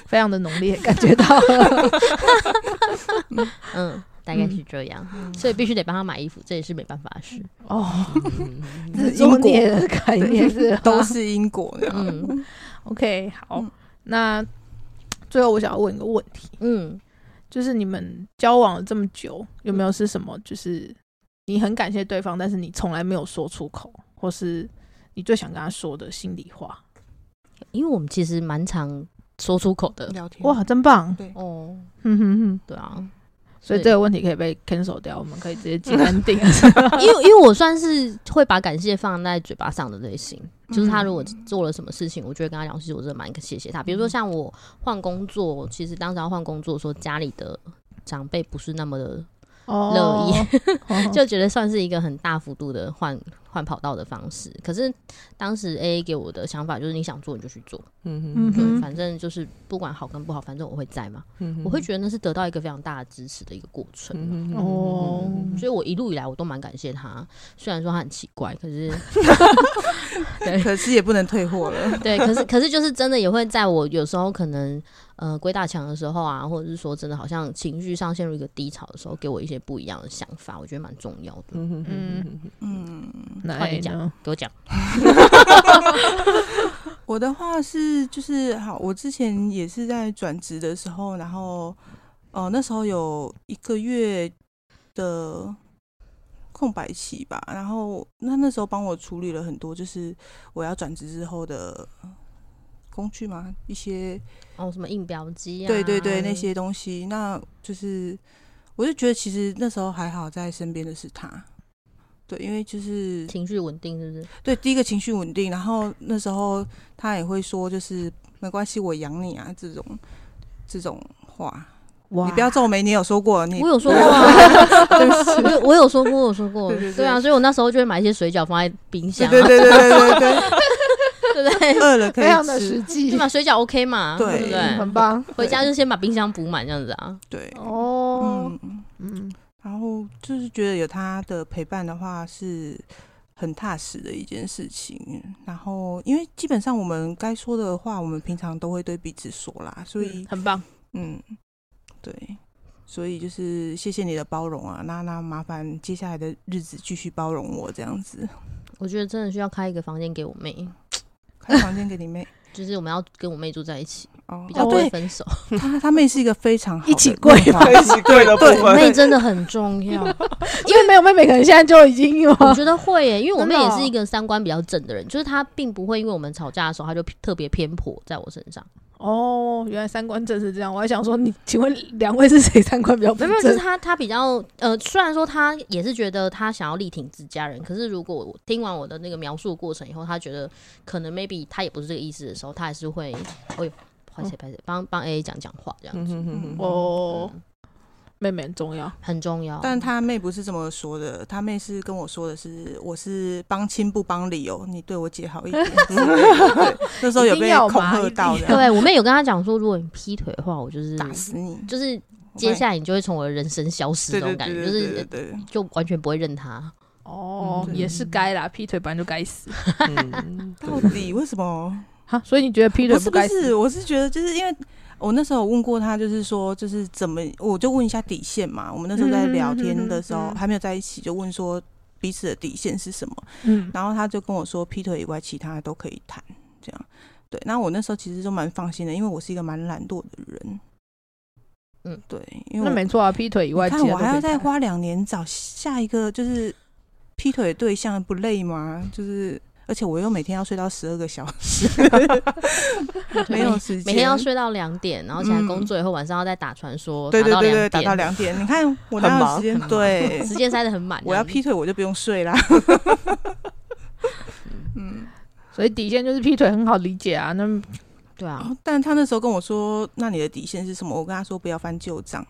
非常的浓烈，感觉到
嗯，大概
嗯
是这样。所以必须得帮她买衣服，这也是没办法的事。
哦，
嗯
自作孽的概念是吧
都是因果 那样。
嗯
OK。好
嗯，
那最后我想要问一个问题，
嗯，
就是你们交往了这么久，有没有是什么就是你很感谢对方，但是你从来没有说出口，或是你最想跟他说的心里话？
因为我们其实蛮常说出口的。
聊天哇，
哇，真棒！
哦，
哼哼哼。
对啊，
所以
对
这个问题可以被 cancel 掉，我们可以直接进安 定。
因为因为我算是会把感谢放在嘴巴上的类型，就是他如果
嗯
做了什么事情，我就会跟他讲，其实我真的蛮谢谢他。比如说像我换工作，其实当时要换工作的时候，家里的长辈不是那么的，
哦，就
就觉得算是一个很大幅度的换换跑道的方式。可是当时 A A 给我的想法就是，你想做你就去做，
嗯
对，
嗯
反正就是不管好跟不好，反正我会在嘛。
嗯
我会觉得那是得到一个非常大的支持的一个过程。啊
嗯
哦
所以我一路以来我都蛮感谢他，虽然说他很奇怪，可是
可是也不能退货了。
对，可是可是就是真的也会在我有时候可能呃鬼打墙的时候啊，或者是说真的好像情绪上陷入一个低潮的时候，给我一些不一样的想法，我觉得蛮重要的。
嗯嗯
嗯，
那
换你
你呢
讲？给我讲，
我的话是就是好，我之前也是在转职的时候，然后哦、呃那时候有一个月的空白期吧，然后那那时候帮我处理了很多，就是我要转职之后的。工具吗？一些
哦，什么印表机啊，
对对对，那些东西，那就是我就觉得其实那时候还好，在身边的是他，对，因为就是
情绪稳定是不是？
对，第一个情绪稳定，然后那时候他也会说，就是没关系，我养你啊，这种这种话，
哇
你不要皱眉，你有说过，你
我有说过啊，
对不起
我有我有说过，我有说过
对对，对
对啊，所以我那时候就会买一些水饺放在冰 箱，
对对对对对对对，
对 不对？
饿了可
哎非常的
以吃
实。际
起，码水饺 OK 嘛，
对
对不
嗯
对？
很棒
回家就先把冰箱补满这样子啊。
对，
哦。
嗯，
嗯，
然后就是觉得有他的陪伴的话是很踏实的一件事情。然后，因为基本上我们该说的话，我们平常都会对彼此说啦，所以
很棒，
嗯，对，所以就是谢谢你的包容啊，那那麻烦接下来的日子继续包容我这样子，
我觉得真的需要开一个房间给我妹，
开房间给你妹
就是我们要跟我妹住在一起，
哦，
比较
哦
不会
对，
分手。
她她妹是一个非常好
一起
的
跪
弄法
一 起跪的部
我 妹
分，
真的很重 要，
因为没有妹妹，可能现在就已经有
我觉得会耶，因为我妹
真的
也
哦
是一个三观比较正的人，就是她并不会因为我们吵架的时候，她就特别偏颇在我身 上。
哦。原来三观正是这样，我还想说你，请问两位是谁三观比较不
没有，没有，就是
正？
他他比较呃，虽然说他也是觉得他想要力挺自家人，可是如果我听完我的那个描述过程以后，他觉得可能 maybe 他也不是这个意思的时候，他还是会，哎呦，拍
哦
谁拍谁，帮帮 A A 讲讲话这样，
嗯哼哼哼
哦，
嗯
妹妹很重要。
很重要。
但她妹不是这么说的，她妹是跟我说的是，我是帮亲不帮理哦，你对我姐好一点。对那时候有
一定
被
要嘛
恐吓到
一定
的，
对我妹有跟他讲说，如果你劈腿的话，我就是
打死你！
就是接下来你就会从我的人生消失
对
那
对对
种感觉，
对
就
对对
是
对，
就完全不会认他。
哦，
嗯
也是该啦，劈腿本来就该死
嗯
到底为什么？
哈。所以你觉得劈腿
不是不
该死？
是，我是觉得就是因为我那时候有问过他，就是说就是怎么，我就问一下底线嘛。我们那时候在聊天的时候、
嗯嗯嗯嗯
还没有在一起，就问说彼此的底线是什么。
嗯，
然后他就跟我说，劈腿以外其他都可以谈，这样。对，那我那时候其实就蛮放心的，因为我是一个蛮懒惰的人。
嗯，
对，因为
那
我
没错啊，劈腿以外，
你
其
看
他
我
都
还
可
要
以
再
谈啊
花两年找下一个就是劈腿的对象，不累吗？就是。而且我又每天要睡到十二个小时， 没有时间，
每天要睡到两点，然后起来
嗯
工作以后，晚上要再打传说，
对对
打到
对
两
对，打到
点，
两 点。你看我
很
哪有
忙
时间？
很忙
对，
时间塞得很满。
我要
这样子
劈腿我就不用睡啦。 嗯，
所以底线就是劈腿很好理解啊。那
对啊，
哦但他那时候跟我说：“那你的底线是什么？”我跟他说：“不要翻旧 账。”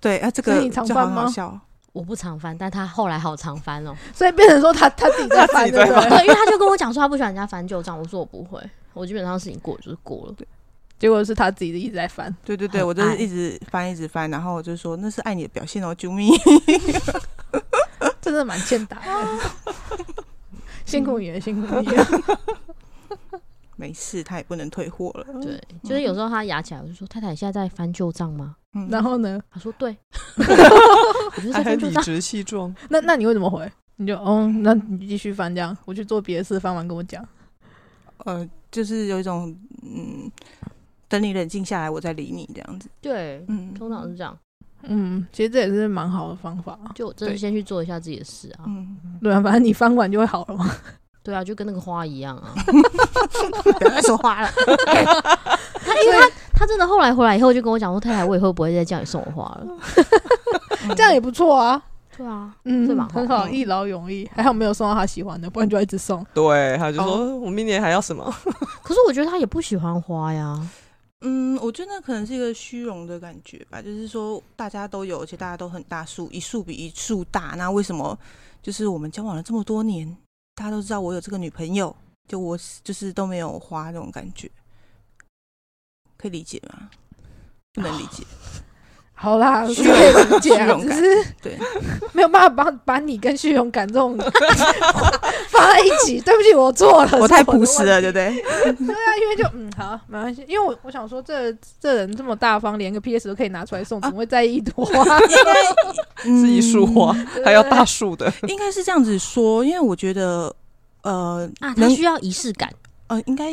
对啊，这
所
个
以你常
就好
翻吗
好笑。
我不常翻，但他后来好常翻哦。
所以变成说他他自己
他
在翻，
自己
对不
在
对？
对，因为他就跟我讲说他不喜欢人家翻旧账，我说我不会，我基本上事情过就是过了。
结果是他自己一直在翻。
对对对，
很
我就
爱
是一直翻一直翻，然后我就说：“那是爱你的表现哦，救 命
真的蛮欠打的。 辛苦你了，辛苦你 了。！”
没事，他也不能退货了。
对，就是有时候他牙起来，我就说太太，你现在在翻旧账吗？
嗯
然后呢？
他说对， 我就是在
还
翻
很
旧
理
账。
直气壮，
那那你会怎么回？你就嗯，那你继续翻这样，我去做别的事，翻完跟我讲。
呃，就是有一种嗯，等你冷静下来，我再理你这样子。
对，
嗯，
通常是这样，
嗯，其实这也是蛮好的方法啊。
就我真的
对
先去做一下自己的事啊。
嗯，
对啊，反正你翻完就会好了嘛。
对啊，就跟那个花一样啊。
不要再说话了。
他因为他他真的后来回来以后就跟我讲说，太太，我以后不会再叫你送我花了。
这样也不错啊。
对啊，
嗯
是蛮，好
很好，一劳永逸。还好没有送到他喜欢的，不然就要一直送。
对，他就说我明年还要什么，
可是我觉得他也不喜欢花呀。
嗯，我觉得那可能是一个虚荣的感觉吧，就是说大家都有，而且大家都很大树，一树比一树大。那为什么就是我们交往了这么多年，大家都知道我有这个女朋友，就我是就是都没有花那种感觉，可以理解吗？不能理解，
好啦，
虚
是
荣
可以理解
虚
啊，
荣
只
感
是
对
没有办法把把你跟虚荣感这种放在一起。对不起，我错
哦
了，
我太
是的
朴实 了，
问
对
题
不对？
那因为就嗯好，没关系，因为我我想说这这人这么大方，连个 PS 都可以拿出来
啊
送，怎么会在意一朵 花？
是一束
嗯
花，还要大束的，
应该是这样子说，因为我觉得，呃，
啊，他
能
需要仪式感。
呃，应该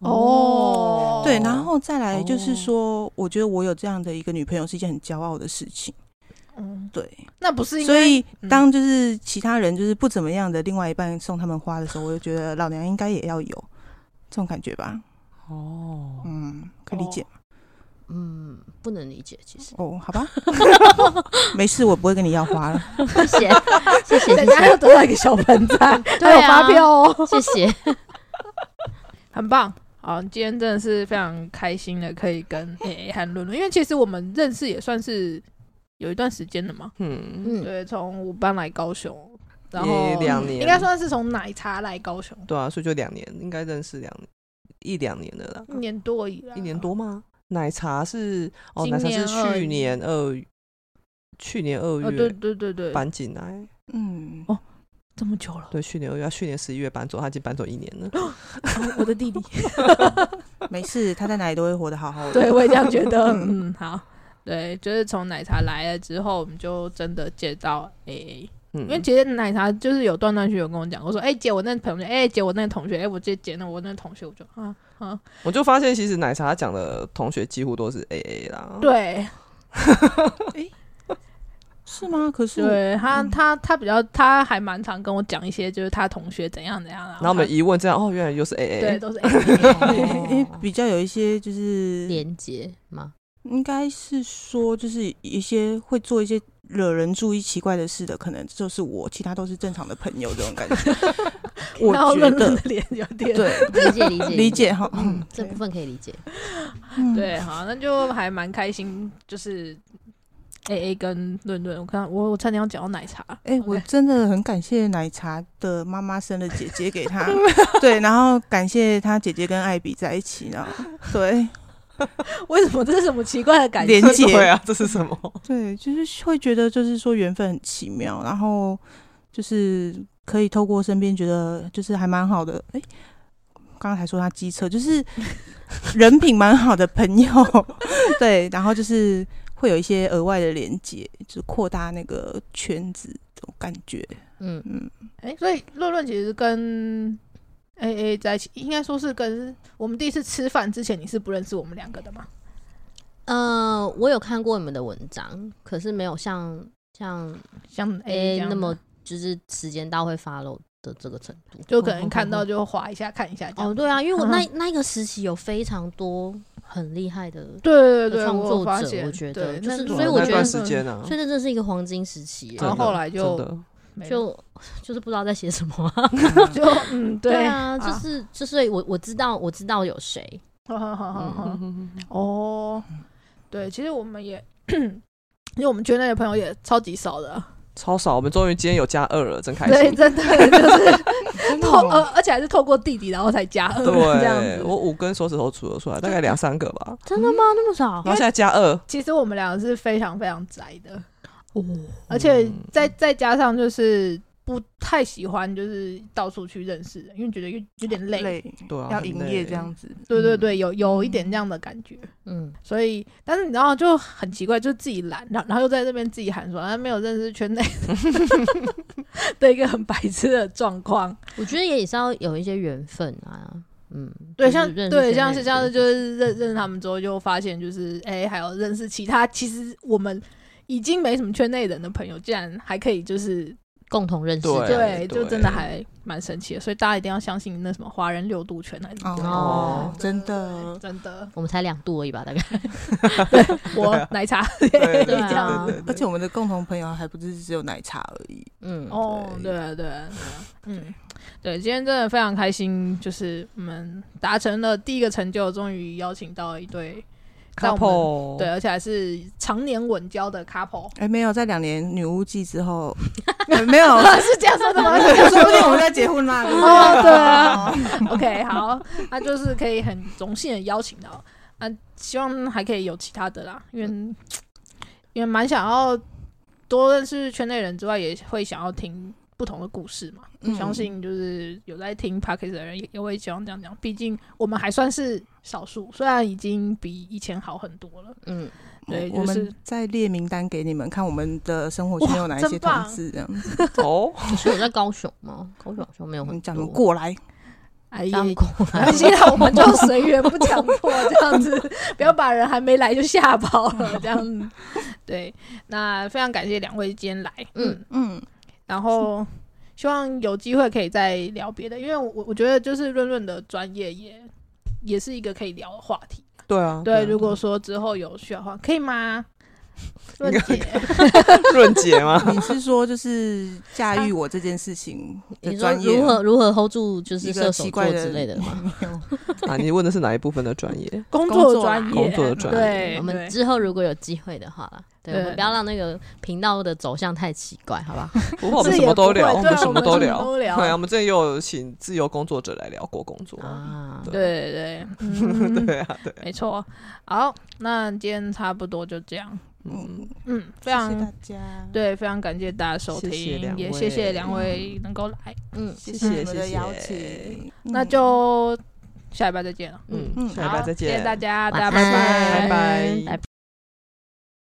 哦
对，
哦
然后再来就是
哦
说，我觉得我有这样的一个女朋友是一件很骄傲的事情，
嗯，
对。
那不是应该
所以
嗯
当就是其他人就是不怎么样的另外一半送他们花的时候，我就觉得老娘应该也要有这种感觉吧。
哦，
嗯，可以理解
嗯，不能理解，其实。
哦好吧， 没事，我不会跟你要花了。
谢谢，谢谢，谢
等一下
谢
又，得到一个小盆 栽，还
对
有
啊
发票哦，
谢谢。
很棒。好，今天真的是非常开心的，可以跟 A A 和伦伦，因为其实我们认识也算是有一段时间了嘛。
嗯，
嗯，
对，从五班来高雄，然后
也两年
应该算是从奶茶来高雄
对啊，所以就两年，应该认识两年一两年了啦
一，年多以来，
一年多吗？奶茶是哦，
今
奶茶
年
是
二
去
月
年二月去年二
哦，
月、
对对对对，
搬进来，
嗯
哦，这么久了，
对，去年二月，啊他去年十一月搬走，他已经搬走一年了。
哦我的弟 弟，
没事，他在哪里都会活得好好的。
对我也这样觉得，嗯，好，对，就是从奶茶来了之后，我们就真的接到 AA。
嗯，
因为其实奶茶就是有断断续续有跟我讲，我说：“哎、姐，我那朋友，哎、姐，我那同学，哎、我姐姐那我那同学，我就啊啊，
我就发现，其实奶茶讲的同学几乎都是 A A 啦。，
对
是吗？可是我
对，他
嗯
他他比较，他还蛮常跟我讲一些，就是他同学怎样怎样，然
然后我
他
们一问，这样哦，原来又是 A
啊对
A。
都是 AA，
因为比较有一些就是
连接吗？
应该是说，就是一些会做一些惹人注意、奇怪的事的，可能就是我，其他都是正常的朋友这种感觉。 我
然后
觉
愣愣的
得
脸有点
对，
理解理解
理，解哈，
嗯
嗯，
这部分可以理解。
嗯
对，好，那就还蛮开心，就是 A A 跟论论，我看我我差点要讲到奶茶，
哎、我
OK
真的很感谢奶茶的妈妈生了姐姐给 他，对，然后感谢他姐姐跟艾比在一起， 然后对
为什么这是什么奇怪的感觉？
连接，
对啊，这是什么？
对，就是会觉得就是说缘分很奇妙，然后就是可以透过身边觉得就是还蛮好的，哎、刚才说他机车，就是 人品蛮好的朋友，对，然后就是会有一些额外的连接，就是扩大那个圈子，这种感觉，
嗯，
嗯，
哎、所以论论其实跟 A A 在一起，应该说是跟我们第一次吃饭之前，你是不认识我们两个的嘛？
呃，我有看过你们的文章，可是没有像像
像 A
A
这样
那么就是时间到会 follow 的这个程度。
就可能看到就划一下看一下这样。
哦，对啊，因为我那那一个时期有非常多很厉害的，
对对
的
对，
创作
我发
者
现，
我觉得
对
就是
那
所以我
那
觉
段
得
嗯
时间啊，
所以这真的是一个黄金时期。
真
然
的
后后来就
真的
没了
就就是不知道在写什么啊、
就嗯
对
对
啊，就是就是我我知道我知道有谁，
好好好好好。
嗯
哦，对，其实我们也， 因为我们圈内的朋友也超级少的，啊
超少。我们终于今天有加二了，真开
对，
心。
真的就是
真的
透，
哦
呃，而且还是透过弟弟然后才加二这样
对，
子。
我五根手指头数得出来，大概两三个吧。
真的吗？那么
哦
少？
然后现在加二，
其实我们两个是非常非常宅的，
哦，
而
嗯
且再再加上就是不太喜欢就是到处去认识人，因为觉得有有点累。
累，
对啊，
要
很
营
累
业这样子，
对对
嗯
对，有有一点这样的感觉。
嗯，
所以，但是你知道就很奇怪，就自己懒，然后然后又在这边自己喊说，啊，没有认识圈内的一 个很白痴的状况。
我觉得也是要有一些缘分啊，嗯，
对，
就是
像
认识
对
圈
像
内
是
的
像是
人
就是认认识他们之后，就发现就是哎、还有认识其他，其实我们已经没什么圈内人的朋友，竟然还可以就是
共同认识
对
啊
这样
对，就真的还蛮神奇的。所以大家一定要相信那什么华人六度啊圈还是什么的
哦
哦，真的，
真的，
我们才两度而已吧，大概。
我奶茶
对
对
对
啊
啊，对对
而
对
且我们的共同朋友还不是只有奶茶而已，
嗯，
哦，
对
对啊，对啊，对啊，嗯，对，今天真的非常开心，就是我们达成了第一个成就，终于邀请到一对在我们
哦
couple
对，而且还是常年稳交 的 couple，
哎、没有，在两年女巫记之后， 呃没有，
哦是这样说的吗
说不定我们在结婚 啦。
哦，对啊，OK，好，那就是可以很荣幸的邀请到，那希望还可以有其他的啦，因为因为蛮想要多认识圈内人之外，也会想要听不同的故事嘛。
嗯
相信就是有在听 p o d c a s t 的人也也会希望这样讲，毕竟我们还算是少数，虽然已经比以前好很多了。
嗯，
对
我
就是
们再列名单给你们看，我们的生活圈有哪一
哇
些
真
同
棒
事这样子。
哦，
你说我在高雄吗？高雄好像没有
我
很
们讲
多啊
得过来，
哎呀，
讲
没
过来
关系啦，我们就随缘，不强迫这样子，不要把人还没来就吓跑了这样子。对，那非常感谢两位今天来，
嗯
嗯，
嗯，
然后希望有机会可以再聊别的，因为我我觉得就是润润的专业也也是一个可以聊的话题。
对啊，
对，
啊
如果说之后有需要的话，可以吗？润姐，
润姐 吗？
你是说就是驾驭我这件事情的
你说
专业？啊
如何如何 hold 住就是
一
射
个
手
奇
座
怪
之类的吗？
吗？没有
啊，你问的是哪一部分的专业？
工
工
作
作
专
啊
业，
工作的专业
对，
我们
对
之后如果有机会的话啦，对，我
对
们不要让那个频道的走向太奇怪，好 不好？
不过我们
这
什
也
么都
不会
聊，我
对啊
们什么
我们
都
什么
聊。
都聊
对啊，我们之前也有请自由工作者来聊过工作。
啊，
对
对 对，嗯，
对啊，对，
没错。好，那今天差不多就这样。
嗯，
嗯，非
谢谢
常
大家，，
对，非常感谢大家收
谢
听，
谢两
也
位
谢谢两位能够来。
嗯，
谢
谢
你们的
谢
邀
谢
请，
那
嗯
就下礼拜再见了。
嗯，
嗯
下礼拜
好
再见，
谢谢大家，大
晚
家拜
安拜
拜拜
嗯
拜拜。